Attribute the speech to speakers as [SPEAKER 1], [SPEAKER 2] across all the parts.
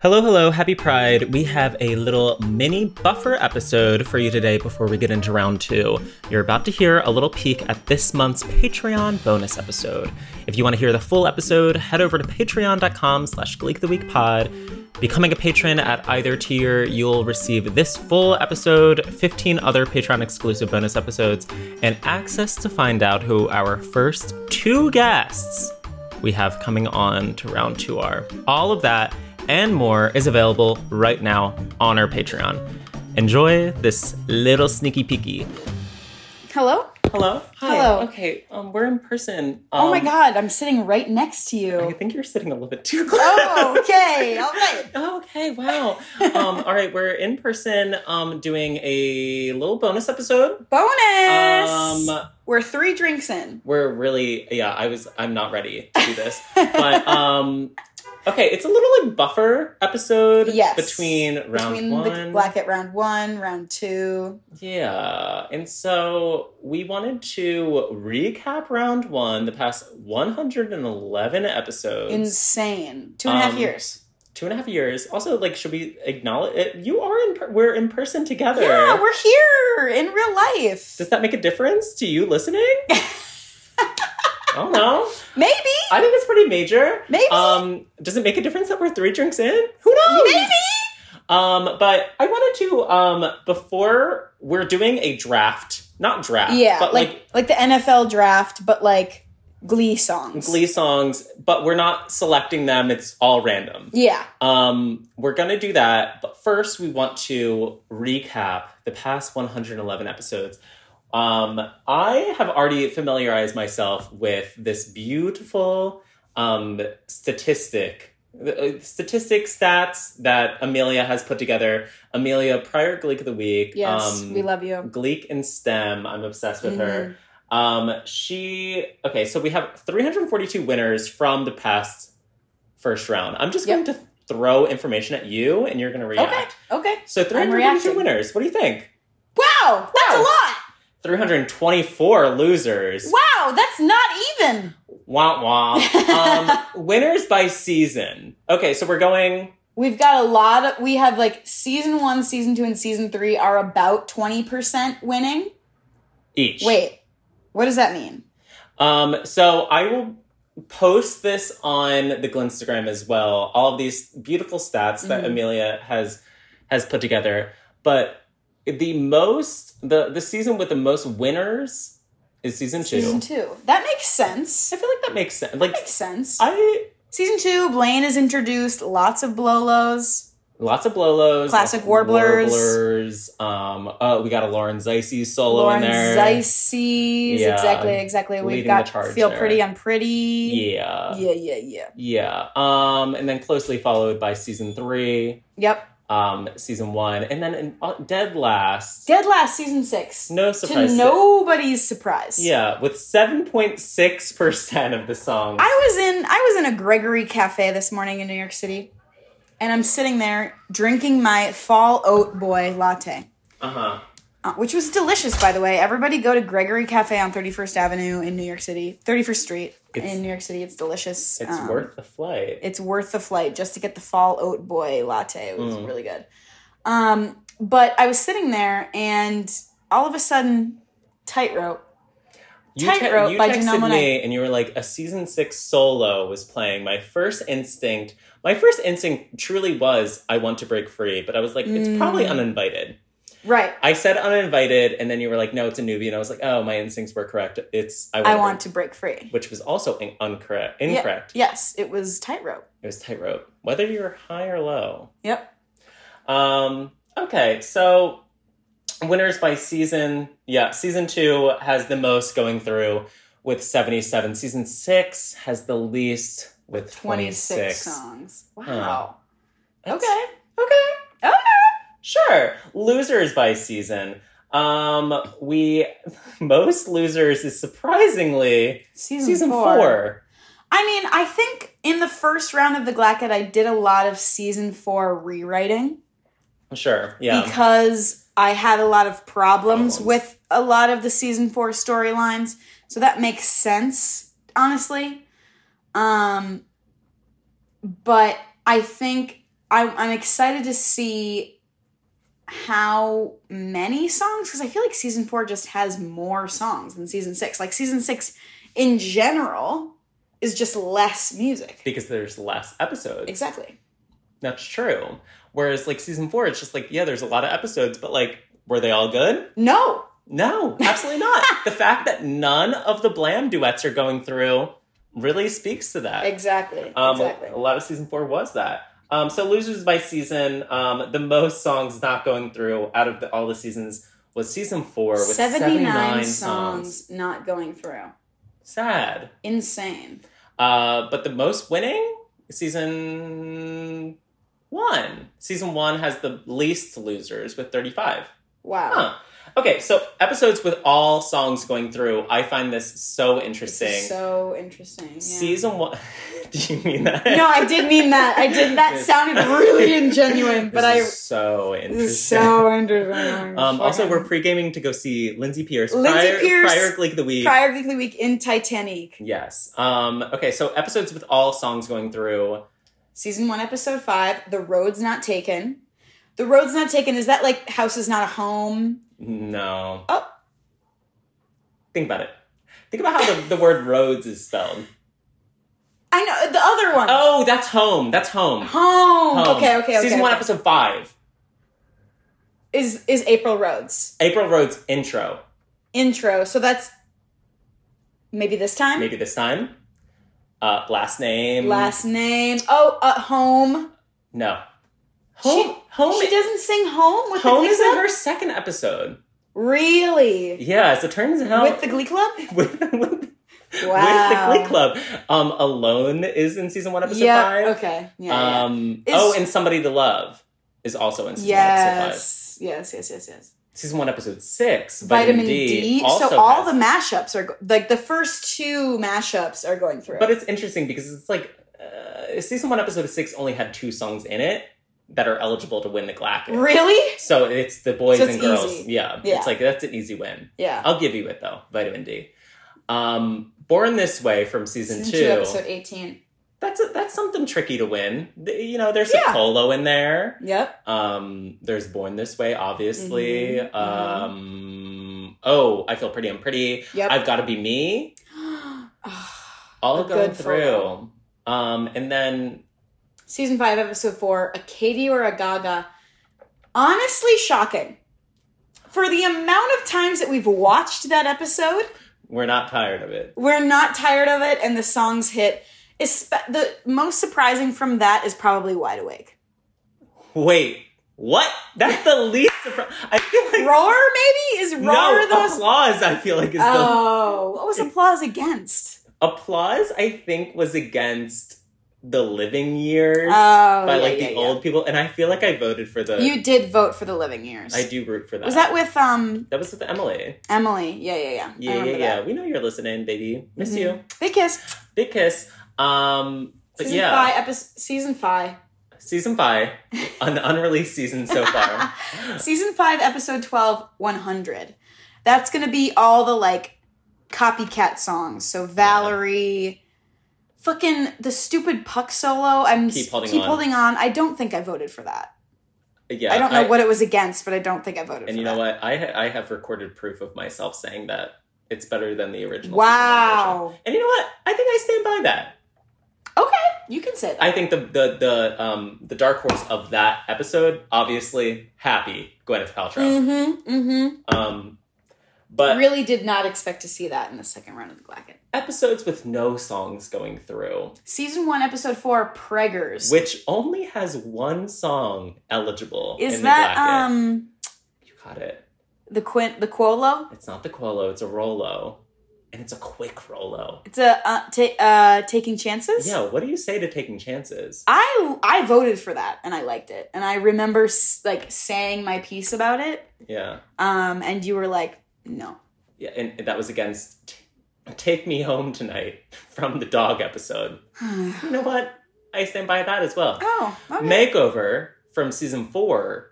[SPEAKER 1] Hello, hello, happy Pride. We have a little mini buffer episode for you today before we get into round two. You're about to hear a little peek at this month's Patreon bonus episode. If you want to hear the full episode, head over to patreon.com slash Gleek the Week pod. Becoming a patron at either tier, you'll receive this full episode, 15 other Patreon exclusive bonus episodes, and access to find out who our first two guests we have coming on to round two are. All of that and more is available right now on our Patreon. Enjoy this little sneaky peeky.
[SPEAKER 2] Hello?
[SPEAKER 1] Hello.
[SPEAKER 2] Hello.
[SPEAKER 1] Okay, um, we're in person.
[SPEAKER 2] oh my
[SPEAKER 1] Um,
[SPEAKER 2] god, I'm sitting right next to
[SPEAKER 1] I
[SPEAKER 2] you.
[SPEAKER 1] think you're sitting a little bit too close. Oh,
[SPEAKER 2] Oh, okay. All right.
[SPEAKER 1] Okay, wow. um, all right, we're in person um, doing a little bonus episode.
[SPEAKER 2] Bonus.
[SPEAKER 1] Um,
[SPEAKER 2] We're three drinks in.
[SPEAKER 1] We're really, yeah, I was, I'm not ready to do this. but um, okay, it's a little like buffer episode
[SPEAKER 2] Yes.
[SPEAKER 1] between round
[SPEAKER 2] Between
[SPEAKER 1] one.
[SPEAKER 2] the black at round one, round two.
[SPEAKER 1] Yeah. And so we wanted to recap round one, the past 111 episodes,
[SPEAKER 2] Insane. Two and a half
[SPEAKER 1] Um,
[SPEAKER 2] years.
[SPEAKER 1] two and a half years. Also, like, should we acknowledge it? You are in, per- we're in person together.
[SPEAKER 2] Yeah, Ah, we're here in real life.
[SPEAKER 1] Does that make a difference to you listening? I don't know.
[SPEAKER 2] Maybe.
[SPEAKER 1] I think it's pretty major.
[SPEAKER 2] Maybe.
[SPEAKER 1] Um, does it make a difference that we're three drinks in? Who knows?
[SPEAKER 2] Maybe.
[SPEAKER 1] Um, but I wanted to, um, before we're doing a draft, not draft,
[SPEAKER 2] Yeah,
[SPEAKER 1] but
[SPEAKER 2] like, like the NFL draft, but like Glee songs.
[SPEAKER 1] Glee songs, but we're not selecting them. It's all random.
[SPEAKER 2] Yeah.
[SPEAKER 1] Um, we're gonna do that, but first we want to recap the past 111 episodes. Um, I have already familiarized myself with this beautiful um, statistic, uh, statistic stats that Amelia has put together. Amelia, prior Gleek of the week,
[SPEAKER 2] Yes.
[SPEAKER 1] um,
[SPEAKER 2] we love you.
[SPEAKER 1] Gleek and STEM. I'm obsessed with her.
[SPEAKER 2] Mm-hmm.
[SPEAKER 1] Um, she okay. So we have 342 winners from the past first round. I'm just
[SPEAKER 2] Yep.
[SPEAKER 1] going to throw information at you, and you're going to react.
[SPEAKER 2] Okay. Okay.
[SPEAKER 1] So
[SPEAKER 2] reacting.
[SPEAKER 1] 342 winners. What do you think?
[SPEAKER 2] Wow. That's
[SPEAKER 1] Wow.
[SPEAKER 2] a lot.
[SPEAKER 1] 324 losers.
[SPEAKER 2] Wow. That's not even.
[SPEAKER 1] Wah wah. um, winners by season. Okay, so we're going.
[SPEAKER 2] We've got a lot of we have like season one, season two, and season three are about twenty percent winning.
[SPEAKER 1] Each.
[SPEAKER 2] Wait, what does that mean?
[SPEAKER 1] Um, so I will post this on the Glinstagram as well. All of these beautiful stats that
[SPEAKER 2] Mhm.
[SPEAKER 1] Amelia has has put together. But the most the the season with the most winners is season two.
[SPEAKER 2] Season two. That makes sense.
[SPEAKER 1] I feel like that makes sense. Like
[SPEAKER 2] Makes sense.
[SPEAKER 1] I
[SPEAKER 2] season two, Blaine is introduced, lots of blolos.
[SPEAKER 1] lots of Blolos,
[SPEAKER 2] Classic
[SPEAKER 1] lots of
[SPEAKER 2] warblers.
[SPEAKER 1] warblers. Um, oh, we got a Lauren Zeisey solo
[SPEAKER 2] Lauren
[SPEAKER 1] in there.
[SPEAKER 2] Zeisses.
[SPEAKER 1] Yeah,
[SPEAKER 2] exactly, exactly. We've
[SPEAKER 1] leading
[SPEAKER 2] got
[SPEAKER 1] the charge
[SPEAKER 2] Feel
[SPEAKER 1] there.
[SPEAKER 2] Pretty, I'm Pretty.
[SPEAKER 1] Yeah.
[SPEAKER 2] Yeah, yeah, yeah.
[SPEAKER 1] Yeah. Um, and then closely followed by season three.
[SPEAKER 2] Yep.
[SPEAKER 1] um, season one, and then in, uh, dead last.
[SPEAKER 2] Dead last season six.
[SPEAKER 1] No surprise.
[SPEAKER 2] to nobody's surprise.
[SPEAKER 1] Yeah, with seven point six percent of the songs.
[SPEAKER 2] I was in I was in a Gregory cafe this morning in New York City, and I'm sitting there drinking my fall oat boy latte,
[SPEAKER 1] uh huh.
[SPEAKER 2] uh, which was delicious, by the way. Everybody go to Gregory Cafe on 31st Avenue in New York City, 31st Street
[SPEAKER 1] It's-
[SPEAKER 2] in New York City. It's delicious.
[SPEAKER 1] It's
[SPEAKER 2] Um,
[SPEAKER 1] worth the flight.
[SPEAKER 2] It's worth the flight just to get the fall oat boy latte. It was
[SPEAKER 1] Mm.
[SPEAKER 2] really good. Um, but I was sitting there, and all of a sudden, tightrope.
[SPEAKER 1] you
[SPEAKER 2] Tightrope
[SPEAKER 1] you
[SPEAKER 2] by
[SPEAKER 1] texted
[SPEAKER 2] Janelle Monáe.
[SPEAKER 1] me, and you were like, a season six solo was playing. My first instinct, my first instinct truly was, I want to break free, but I was like, it's
[SPEAKER 2] Mm.
[SPEAKER 1] probably uninvited.
[SPEAKER 2] Right.
[SPEAKER 1] I said uninvited, and then you were like, no, it's a newbie, and I was like, oh, my instincts were correct. It's I,
[SPEAKER 2] I
[SPEAKER 1] Wanna
[SPEAKER 2] want
[SPEAKER 1] Break-
[SPEAKER 2] to break free.
[SPEAKER 1] which was also in- incorrect.
[SPEAKER 2] Yeah.
[SPEAKER 1] Incorrect.
[SPEAKER 2] yes, it was tightrope.
[SPEAKER 1] It was tightrope, whether you're high or low.
[SPEAKER 2] Yep.
[SPEAKER 1] Um, okay, so winners by season. Yeah, season two has the most going through with 77. Season six has the least with
[SPEAKER 2] 26
[SPEAKER 1] 26.
[SPEAKER 2] songs. Wow.
[SPEAKER 1] okay. Okay.
[SPEAKER 2] Okay.
[SPEAKER 1] Sure. Losers by season. Um, we most losers is surprisingly
[SPEAKER 2] Season,
[SPEAKER 1] season
[SPEAKER 2] four.
[SPEAKER 1] four.
[SPEAKER 2] I mean, I think in the first round of the Glacket, I did a lot of season four rewriting
[SPEAKER 1] Sure. Yeah.
[SPEAKER 2] because I had a lot of problems
[SPEAKER 1] Problems.
[SPEAKER 2] with a lot of the season four storylines. So that makes sense, honestly. Um, but I think I, I'm excited to see how many songs because I feel like season four just has more songs than season six. Like season six in general is just less music.
[SPEAKER 1] because there's less episodes.
[SPEAKER 2] Exactly.
[SPEAKER 1] That's true. Whereas like season four, it's just like, yeah, there's a lot of episodes, but like, were they all good?
[SPEAKER 2] No,
[SPEAKER 1] No, absolutely not. the fact that none of the Blam duets are going through really speaks to that.
[SPEAKER 2] exactly.
[SPEAKER 1] Um,
[SPEAKER 2] exactly.
[SPEAKER 1] A lot of season four was that. Um, so losers by season, um, the most songs not going through out of the, all the seasons was season four with
[SPEAKER 2] 79,
[SPEAKER 1] 79, songs.
[SPEAKER 2] songs not going through.
[SPEAKER 1] Sad.
[SPEAKER 2] Insane.
[SPEAKER 1] Uh, but the most winning season one. Season one has the least losers with 35.
[SPEAKER 2] Wow.
[SPEAKER 1] Huh. Okay, so episodes with all songs going through. I find this so
[SPEAKER 2] This
[SPEAKER 1] interesting.
[SPEAKER 2] is so interesting. yeah.
[SPEAKER 1] Season one. Do you mean that?
[SPEAKER 2] No, I did mean that. I did. That
[SPEAKER 1] This-
[SPEAKER 2] sounded really ingenuine, but
[SPEAKER 1] This
[SPEAKER 2] I.
[SPEAKER 1] is so
[SPEAKER 2] This
[SPEAKER 1] interesting.
[SPEAKER 2] is so interesting.
[SPEAKER 1] Um, also, we're
[SPEAKER 2] Fucking-
[SPEAKER 1] pre gaming to go see Lindsay Pierce.
[SPEAKER 2] Lindsay
[SPEAKER 1] prior,
[SPEAKER 2] Pierce-
[SPEAKER 1] Prior Gleek of the Week.
[SPEAKER 2] prior Geekly Week in Titanic,
[SPEAKER 1] yes. Um, okay, so episodes with all songs going through.
[SPEAKER 2] season one, episode five. The road's not taken. The road's not taken. Is that like house is not a home?
[SPEAKER 1] No.
[SPEAKER 2] Oh.
[SPEAKER 1] Think about it. Think about how the, the word roads is spelled.
[SPEAKER 2] I know the other one.
[SPEAKER 1] Oh, that's home. That's home.
[SPEAKER 2] Home.
[SPEAKER 1] Home.
[SPEAKER 2] Okay. Okay. Okay.
[SPEAKER 1] Season one,
[SPEAKER 2] okay.
[SPEAKER 1] episode five.
[SPEAKER 2] is is April Rhodes
[SPEAKER 1] April Rhodes intro.
[SPEAKER 2] intro. So that's maybe this time.
[SPEAKER 1] Maybe this time. Uh, last name.
[SPEAKER 2] Last name. Oh, uh, home.
[SPEAKER 1] No. Home. home.
[SPEAKER 2] She doesn't sing home with
[SPEAKER 1] home
[SPEAKER 2] the Glee
[SPEAKER 1] is in
[SPEAKER 2] Club.
[SPEAKER 1] her second episode.
[SPEAKER 2] really?
[SPEAKER 1] Yeah. So it turns out
[SPEAKER 2] With the Glee Club?
[SPEAKER 1] with, with,
[SPEAKER 2] Wow.
[SPEAKER 1] with the Glee Club. Um, Alone is in season one, episode
[SPEAKER 2] yeah.
[SPEAKER 1] five.
[SPEAKER 2] Okay. Yeah. yeah.
[SPEAKER 1] Um.
[SPEAKER 2] Is-
[SPEAKER 1] oh, and Somebody to Love is also in season one, episode five.
[SPEAKER 2] yes. Yes. Yes. Yes. Yes.
[SPEAKER 1] season one, episode six,
[SPEAKER 2] Vitamin D.
[SPEAKER 1] also
[SPEAKER 2] so all
[SPEAKER 1] has-
[SPEAKER 2] the mashups are go- like the first two mashups are going through.
[SPEAKER 1] But it's interesting because it's like uh, season one, episode six only had two songs in it that are eligible to win the Glacket.
[SPEAKER 2] really?
[SPEAKER 1] So it's the boys
[SPEAKER 2] So it's
[SPEAKER 1] and girls.
[SPEAKER 2] easy.
[SPEAKER 1] Yeah,
[SPEAKER 2] Yeah.
[SPEAKER 1] it's like that's an easy win.
[SPEAKER 2] Yeah.
[SPEAKER 1] I'll give you it though, vitamin D. Um, Born This Way from season,
[SPEAKER 2] Season
[SPEAKER 1] two.
[SPEAKER 2] episode eighteen.
[SPEAKER 1] That's a, that's something tricky to win. The- You know, there's
[SPEAKER 2] Yeah.
[SPEAKER 1] a polo in there.
[SPEAKER 2] Yep.
[SPEAKER 1] Um, there's Born This Way, obviously.
[SPEAKER 2] Mhm, mhm.
[SPEAKER 1] Um, oh, I feel pretty. I'm pretty.
[SPEAKER 2] Yep.
[SPEAKER 1] I've got to be me.
[SPEAKER 2] Ah.
[SPEAKER 1] all
[SPEAKER 2] A
[SPEAKER 1] going
[SPEAKER 2] good
[SPEAKER 1] through. Um, and then
[SPEAKER 2] Season five, episode four, a Katie or a Gaga. Honestly, shocking. For the amount of times that we've watched that episode,
[SPEAKER 1] we're not tired of it.
[SPEAKER 2] we're not tired of it, and the songs hit. Espe- the most surprising from that is probably "Wide Awake."
[SPEAKER 1] Wait, what? That's the least. Surpri- I feel like
[SPEAKER 2] Roar, maybe is roar
[SPEAKER 1] no
[SPEAKER 2] the most.
[SPEAKER 1] applause. I feel like is
[SPEAKER 2] Oh, what was applause against?
[SPEAKER 1] the applause. I think was against the Living Years
[SPEAKER 2] Oh,
[SPEAKER 1] by
[SPEAKER 2] yeah,
[SPEAKER 1] like
[SPEAKER 2] yeah,
[SPEAKER 1] the
[SPEAKER 2] yeah.
[SPEAKER 1] old people, and I feel like I voted for the.
[SPEAKER 2] You did vote for the Living Years.
[SPEAKER 1] I do root for that.
[SPEAKER 2] Was that with um
[SPEAKER 1] That was with Emily.
[SPEAKER 2] Emily? Yeah, yeah, yeah. Oh, I
[SPEAKER 1] Yeah, yeah,
[SPEAKER 2] remember
[SPEAKER 1] yeah.
[SPEAKER 2] that.
[SPEAKER 1] We know you're listening, baby. Miss
[SPEAKER 2] Mhm.
[SPEAKER 1] you.
[SPEAKER 2] Big kiss.
[SPEAKER 1] Big kiss. Um, but
[SPEAKER 2] Season
[SPEAKER 1] yeah,
[SPEAKER 2] five. Episode season five.
[SPEAKER 1] season five, an unreleased season so far.
[SPEAKER 2] Season 5, episode 12, 100. That's going to be all the like copycat songs. So Valerie, fucking the stupid puck solo. I'm
[SPEAKER 1] Keep Holding On.
[SPEAKER 2] holding on. I don't think I voted for that.
[SPEAKER 1] Yeah,
[SPEAKER 2] I don't know what it was against, but I don't think I voted
[SPEAKER 1] And
[SPEAKER 2] for
[SPEAKER 1] you
[SPEAKER 2] that.
[SPEAKER 1] know what? I ha- I have recorded proof of myself saying that it's better than the original. season one
[SPEAKER 2] Wow.
[SPEAKER 1] version. And you know what? I think I stand by that.
[SPEAKER 2] Okay, you can say that.
[SPEAKER 1] I think the the the um the dark horse of that episode, obviously, happy Gwyneth Paltrow.
[SPEAKER 2] mm-hmm. Mm-hmm.
[SPEAKER 1] Um, but
[SPEAKER 2] really did not expect to see that in the second round of the Glacket.
[SPEAKER 1] episodes with no songs going through,
[SPEAKER 2] Season 1, episode 4, Preggers.
[SPEAKER 1] which only has one song eligible.
[SPEAKER 2] Is
[SPEAKER 1] in the
[SPEAKER 2] that
[SPEAKER 1] bracket.
[SPEAKER 2] um
[SPEAKER 1] You got it.
[SPEAKER 2] the Quint the Quolo?
[SPEAKER 1] It's not the Quolo. It's a Rolo. and it's a quick Rolo.
[SPEAKER 2] It's a uh, ta- uh, taking chances.
[SPEAKER 1] Yeah, what do you say to taking chances?
[SPEAKER 2] I I voted for that and I liked it and I remember s- like saying my piece about it.
[SPEAKER 1] Yeah,
[SPEAKER 2] Um, and you were like, no.
[SPEAKER 1] yeah, and that was against t- "Take Me Home Tonight" from the dog episode. you know what? I stand by that as well.
[SPEAKER 2] Oh, okay.
[SPEAKER 1] Makeover from season four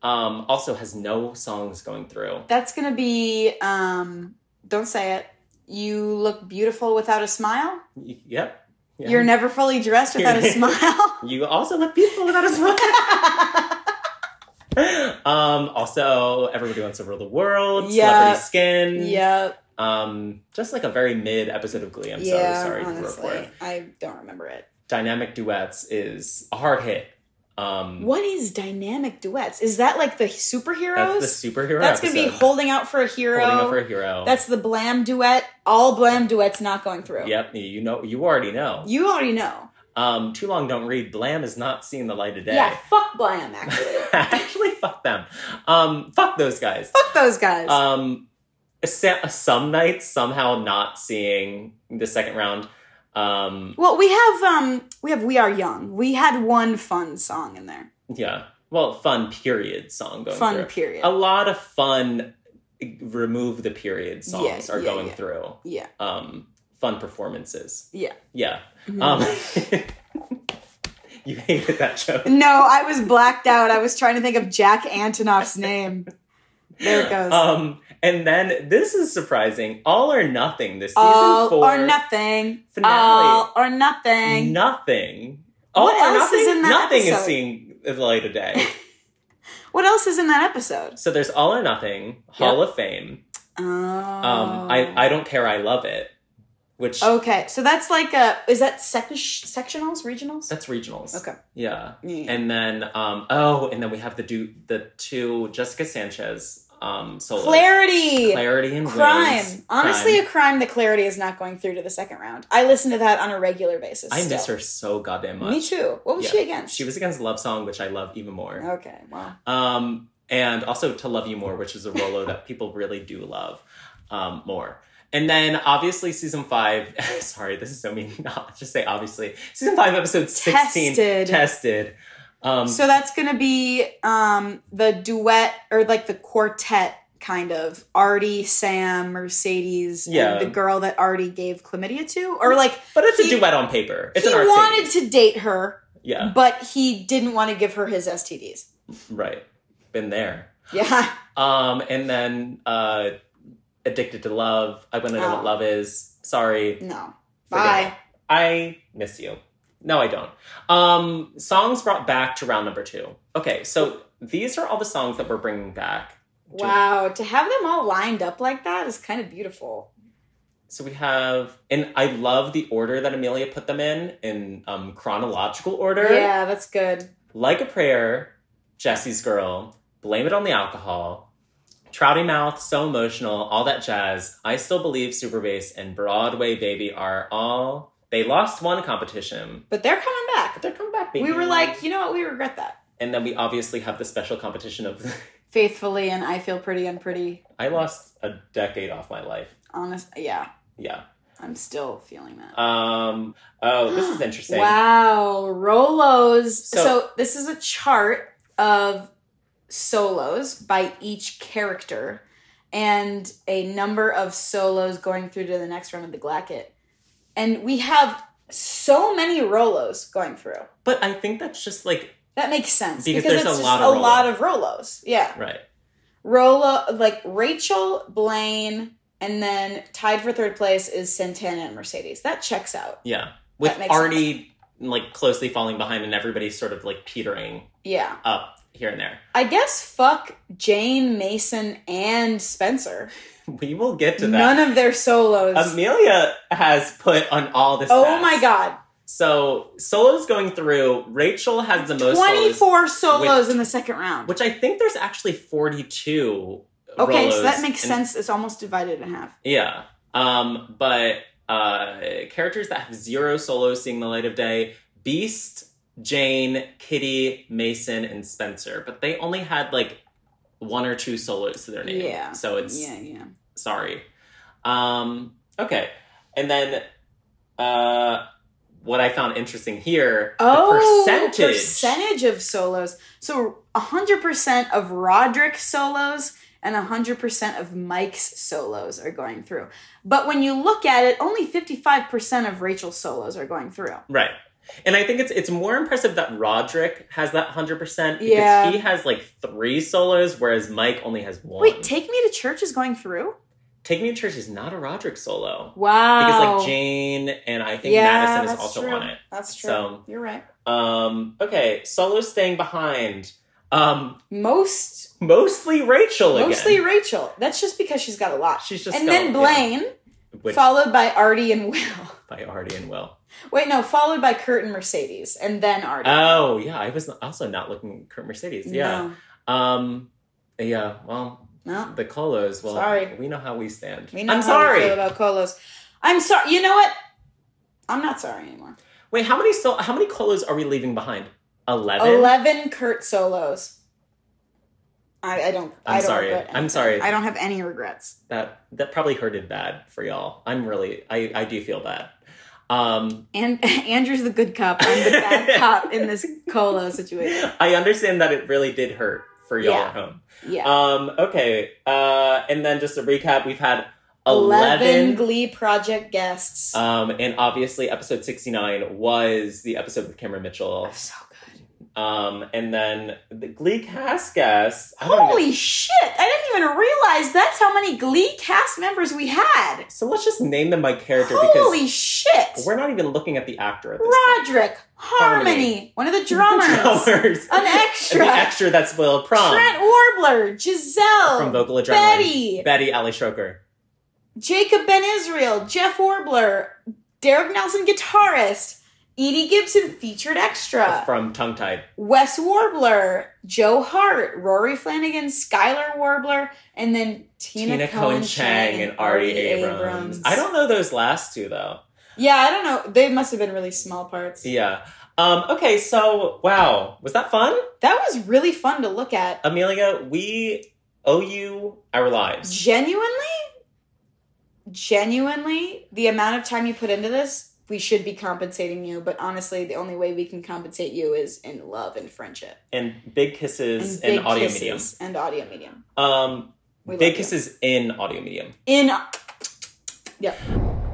[SPEAKER 1] um, also has no songs going through.
[SPEAKER 2] That's gonna be. Um, don't say it. You look beautiful without a smile.
[SPEAKER 1] Y- Yep. Yeah.
[SPEAKER 2] You're never fully dressed without a smile.
[SPEAKER 1] You also look beautiful without a smile. um, also, everybody wants to rule the world.
[SPEAKER 2] Yeah.
[SPEAKER 1] Celebrity skin.
[SPEAKER 2] yeah,
[SPEAKER 1] Um, just like a very mid episode of Glee. I'm
[SPEAKER 2] yeah.
[SPEAKER 1] so sorry to
[SPEAKER 2] honestly,
[SPEAKER 1] report.
[SPEAKER 2] I don't remember it.
[SPEAKER 1] Dynamic duets is a hard hit. Um,
[SPEAKER 2] What is dynamic duets? Is that like the superheroes?
[SPEAKER 1] That's the superhero.
[SPEAKER 2] That's gonna be
[SPEAKER 1] episode.
[SPEAKER 2] holding out for a hero.
[SPEAKER 1] holding up for a hero.
[SPEAKER 2] That's the blam duet. All blam duets not going through.
[SPEAKER 1] yep. You know. You already know.
[SPEAKER 2] You already know.
[SPEAKER 1] Um, too long. Don't read. Blam is not seeing the light of day.
[SPEAKER 2] Yeah, fuck blam actually.
[SPEAKER 1] Actually, fuck them. Um, fuck those guys.
[SPEAKER 2] fuck those guys.
[SPEAKER 1] Um, sa- some nights somehow not seeing the second round. Um,
[SPEAKER 2] well, we have um we have We Are Young. We had one fun song in there.
[SPEAKER 1] yeah. Well, fun period song going
[SPEAKER 2] Fun
[SPEAKER 1] through. Oh.
[SPEAKER 2] period.
[SPEAKER 1] A lot of fun. Remove the period songs
[SPEAKER 2] Yeah,
[SPEAKER 1] are
[SPEAKER 2] yeah,
[SPEAKER 1] going
[SPEAKER 2] yeah.
[SPEAKER 1] through.
[SPEAKER 2] Yeah.
[SPEAKER 1] Um, fun performances.
[SPEAKER 2] Yeah. Mm-hmm.
[SPEAKER 1] Yeah. Um, you hated that joke.
[SPEAKER 2] No, I was blacked out. I was trying to think of Jack Antonoff's name. There it goes.
[SPEAKER 1] Um, and then this is surprising. All or nothing. This season
[SPEAKER 2] All
[SPEAKER 1] four.
[SPEAKER 2] or nothing.
[SPEAKER 1] finale.
[SPEAKER 2] All or nothing.
[SPEAKER 1] Nothing.
[SPEAKER 2] What
[SPEAKER 1] All or
[SPEAKER 2] else
[SPEAKER 1] nothing?
[SPEAKER 2] is in that
[SPEAKER 1] Nothing is
[SPEAKER 2] episode?
[SPEAKER 1] seeing the light of day.
[SPEAKER 2] What else is in that episode?
[SPEAKER 1] so there's All or Nothing, Hall of Fame.
[SPEAKER 2] Oh.
[SPEAKER 1] Um, I I don't care. I love it. Which
[SPEAKER 2] Okay, so that's like a is that sec- sectionals, regionals?
[SPEAKER 1] that's regionals.
[SPEAKER 2] Okay.
[SPEAKER 1] Yeah.
[SPEAKER 2] Yeah.
[SPEAKER 1] And then um oh, and then we have the do the two Jessica Sanchez um solos.
[SPEAKER 2] Clarity.
[SPEAKER 1] Clarity and
[SPEAKER 2] Crime.
[SPEAKER 1] Waves.
[SPEAKER 2] Honestly,
[SPEAKER 1] Crime.
[SPEAKER 2] a crime that Clarity is not going through to the second round. I listen to that on a regular basis.
[SPEAKER 1] I miss
[SPEAKER 2] still.
[SPEAKER 1] her so goddamn much.
[SPEAKER 2] Me too. What was
[SPEAKER 1] Yeah.
[SPEAKER 2] she against?
[SPEAKER 1] She was against Love Song, which I love even more.
[SPEAKER 2] okay. Wow.
[SPEAKER 1] um, and also to love you more which is a rolo that people really do love um, more and then obviously season five sorry this is so mean not just say obviously season five episode 16
[SPEAKER 2] Tested.
[SPEAKER 1] tested um,
[SPEAKER 2] So that's gonna be um the duet or like the quartet kind of Artie, Sam, Mercedes,
[SPEAKER 1] Yeah.
[SPEAKER 2] and the girl that Artie gave chlamydia to, or like
[SPEAKER 1] but it's a
[SPEAKER 2] he-
[SPEAKER 1] duet on paper it's
[SPEAKER 2] he
[SPEAKER 1] an art
[SPEAKER 2] wanted
[SPEAKER 1] series.
[SPEAKER 2] to date her,
[SPEAKER 1] yeah
[SPEAKER 2] but he didn't want to give her his STDs.
[SPEAKER 1] right been there
[SPEAKER 2] Yeah.
[SPEAKER 1] um, and then uh, addicted to love i want to know
[SPEAKER 2] Oh.
[SPEAKER 1] what love is sorry
[SPEAKER 2] No.
[SPEAKER 1] Forget
[SPEAKER 2] Bye.
[SPEAKER 1] it. I miss you. No, I don't. Um, songs brought back to round number two. Okay, so these are all the songs that we're bringing back.
[SPEAKER 2] Wow, to have them all lined up like that is kind of beautiful.
[SPEAKER 1] So we have, and I love the order that Amelia put them in, in um, chronological order.
[SPEAKER 2] Yeah, that's good.
[SPEAKER 1] Like a Prayer, Jesse's Girl, Blame It on the Alcohol, Trouty Mouth, So Emotional, All That Jazz, I Still Believe, Superbass, and Broadway Baby are all, they lost one competition.
[SPEAKER 2] But they're coming back.
[SPEAKER 1] They're coming back, baby.
[SPEAKER 2] We were like, you know what? We regret that.
[SPEAKER 1] And then we obviously have the special competition of
[SPEAKER 2] Faithfully and I feel pretty unpretty.
[SPEAKER 1] I lost a decade off my life.
[SPEAKER 2] Honest, yeah,
[SPEAKER 1] Yeah.
[SPEAKER 2] I'm still feeling that.
[SPEAKER 1] Um oh, this is interesting.
[SPEAKER 2] Wow, Rolos. So,
[SPEAKER 1] So-
[SPEAKER 2] this is a chart of solos by each character and a number of solos going through to the next round of the Glacket. And we have so many Rolos going through.
[SPEAKER 1] But I think that's just like
[SPEAKER 2] That makes sense because,
[SPEAKER 1] Because
[SPEAKER 2] it's
[SPEAKER 1] there's a
[SPEAKER 2] just
[SPEAKER 1] lot
[SPEAKER 2] a
[SPEAKER 1] of Rolos.
[SPEAKER 2] lot of Rolos. Yeah,
[SPEAKER 1] right.
[SPEAKER 2] Rolo like Rachel Blaine, and then tied for third place is Santana and Mercedes. That checks out.
[SPEAKER 1] Yeah. With
[SPEAKER 2] That makes
[SPEAKER 1] Artie like closely falling behind and everybody sort of like petering
[SPEAKER 2] Yeah,
[SPEAKER 1] up here and there.
[SPEAKER 2] I guess fuck Jane Mason and Spencer.
[SPEAKER 1] We will get to that.
[SPEAKER 2] None of their solos.
[SPEAKER 1] Amelia has put on all this.
[SPEAKER 2] oh my god,
[SPEAKER 1] So solos going through, Rachel has the most solos,
[SPEAKER 2] twenty four solos
[SPEAKER 1] which-
[SPEAKER 2] in the second round.
[SPEAKER 1] which I think there's actually 42
[SPEAKER 2] okay, so
[SPEAKER 1] Rolos
[SPEAKER 2] that makes
[SPEAKER 1] and
[SPEAKER 2] sense. It's almost divided in half.
[SPEAKER 1] Yeah. Um, but uh, characters that have zero solos seeing the light of day Beast, Jane, Kitty, Mason, and Spencer. But they only had like one or two solos to their name.
[SPEAKER 2] Yeah.
[SPEAKER 1] So it's
[SPEAKER 2] yeah, yeah.
[SPEAKER 1] sorry. Um, Okay. And then uh what I found interesting here, the percentage.
[SPEAKER 2] Oh, percentage of solos. So 100% of Roderick's solos and 100% of Mike's solos are going through. But when you look at it, only 55% of Rachel's solos are going through.
[SPEAKER 1] Right. And I think it's it's more impressive that Roderick has that 100% because
[SPEAKER 2] Yeah.
[SPEAKER 1] he has like 3 solos whereas Mike only has one.
[SPEAKER 2] Wait, Take Me to Church is going through?
[SPEAKER 1] Take Me to Church is not a Roderick solo.
[SPEAKER 2] Wow.
[SPEAKER 1] Because like Jane and I think Madison is
[SPEAKER 2] that's
[SPEAKER 1] also
[SPEAKER 2] true.
[SPEAKER 1] on it.
[SPEAKER 2] That's true.
[SPEAKER 1] So-
[SPEAKER 2] You're right.
[SPEAKER 1] Um okay, solos staying behind. Um
[SPEAKER 2] Most
[SPEAKER 1] mostly Rachel again.
[SPEAKER 2] mostly Rachel. That's just because she's got a lot.
[SPEAKER 1] She's just
[SPEAKER 2] and
[SPEAKER 1] got-
[SPEAKER 2] then
[SPEAKER 1] yeah.
[SPEAKER 2] Blaine,
[SPEAKER 1] which
[SPEAKER 2] followed by Artie and Will.
[SPEAKER 1] by Artie and Will.
[SPEAKER 2] Wait, no, followed by Kurt and Mercedes, and then Artie.
[SPEAKER 1] Oh yeah, I was also not looking Kurt Mercedes. Yeah. Um yeah, well,
[SPEAKER 2] No, no.
[SPEAKER 1] the colos, well
[SPEAKER 2] Sorry.
[SPEAKER 1] we know how we stand.
[SPEAKER 2] We know
[SPEAKER 1] I'm
[SPEAKER 2] how
[SPEAKER 1] sorry.
[SPEAKER 2] we feel about colos. I'm sorry. You know what? I'm not sorry anymore.
[SPEAKER 1] Wait, how many so how many colos are we leaving behind? Eleven?
[SPEAKER 2] Eleven Kurt solos. I, I don't. I
[SPEAKER 1] I'm
[SPEAKER 2] don't
[SPEAKER 1] sorry.
[SPEAKER 2] regret
[SPEAKER 1] I'm
[SPEAKER 2] anything.
[SPEAKER 1] sorry.
[SPEAKER 2] I don't have any regrets.
[SPEAKER 1] That that probably hurted bad for y'all. I'm really I, I do feel bad. Um
[SPEAKER 2] And Andrew's the good cop. I'm the bad cop in this colo situation.
[SPEAKER 1] I understand that it really did hurt for y'all
[SPEAKER 2] Yeah.
[SPEAKER 1] at home.
[SPEAKER 2] Yeah.
[SPEAKER 1] Um, okay. Uh and then just a recap, we've had
[SPEAKER 2] Eleven
[SPEAKER 1] 11
[SPEAKER 2] Glee project guests.
[SPEAKER 1] Um, and obviously, episode 69 was the episode with Cameron Mitchell.
[SPEAKER 2] so good.
[SPEAKER 1] Um, and then the Glee cast guest. I don't
[SPEAKER 2] Holy
[SPEAKER 1] even-
[SPEAKER 2] shit! I didn't even realize that's how many Glee cast members we had.
[SPEAKER 1] so let's just name them by character
[SPEAKER 2] Holy shit!
[SPEAKER 1] because we're not even looking at the actor at this
[SPEAKER 2] Roderick, Harmony,
[SPEAKER 1] Harmony.
[SPEAKER 2] one of the
[SPEAKER 1] point.
[SPEAKER 2] drummers,
[SPEAKER 1] Drummers.
[SPEAKER 2] an
[SPEAKER 1] And
[SPEAKER 2] extra,
[SPEAKER 1] the extra that's Will Prom
[SPEAKER 2] Trent Warbler, Giselle,
[SPEAKER 1] from Vocal Adrenaline.
[SPEAKER 2] Betty,
[SPEAKER 1] Betty Ali Schroeder.
[SPEAKER 2] Jacob Ben Israel, Jeff Warbler, Derek Nelson, guitarist, Edie Gibson, featured extra,
[SPEAKER 1] From Tongue Tied.
[SPEAKER 2] Wes Warbler, Joe Hart, Rory Flanagan, Skylar Warbler, and then Tina, Cohen Chang
[SPEAKER 1] and Artie Abrams. I don't know those last two though.
[SPEAKER 2] Yeah, I don't know. They must have been really small parts.
[SPEAKER 1] Yeah. Um, okay, so wow. Was that fun?
[SPEAKER 2] That was really fun to look at.
[SPEAKER 1] Amelia, we owe you our lives.
[SPEAKER 2] genuinely genuinely the amount of time you put into this we should be compensating you but honestly the only way we can compensate you is in love and friendship
[SPEAKER 1] And big kisses
[SPEAKER 2] big
[SPEAKER 1] in audio
[SPEAKER 2] kisses
[SPEAKER 1] medium.
[SPEAKER 2] and audio medium
[SPEAKER 1] Um,
[SPEAKER 2] We love
[SPEAKER 1] big
[SPEAKER 2] you.
[SPEAKER 1] kisses in audio medium.
[SPEAKER 2] in yeah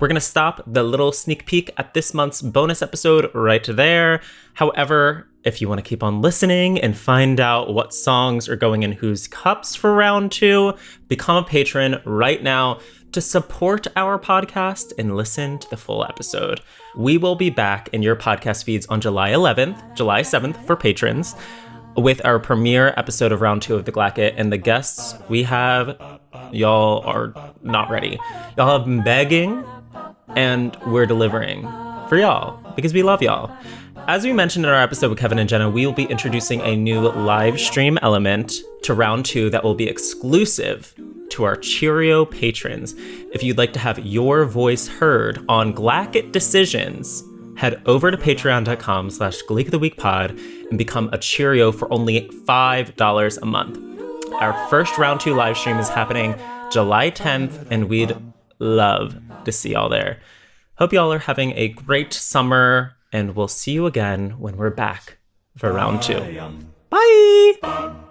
[SPEAKER 1] We're going to stop the little sneak peek at this month's bonus episode right there. However, if you want to keep on listening and find out what songs are going in whose cups for round two, become a patron right now to support our podcast and listen to the full episode. We will be back in your podcast feeds on July 11th, July 7th for patrons with our premiere episode of round two of the Glacket and the guests we have. Y'all are not ready. Y'all have been begging, and we're delivering for y'all because we love y'all. As we mentioned in our episode with Kevin and Jenna, we will be introducing a new live stream element to round two that will be exclusive to our Cheerio patrons. If you'd like to have your voice heard on Glacket Decisions, head over to patreon.com slash gleek of the week pod and become a cheerio for only $5 a month our first round two live stream is happening july 10th and we'd love to see y'all there hope y'all are having a great summer and we'll see you again when we're back for round two bye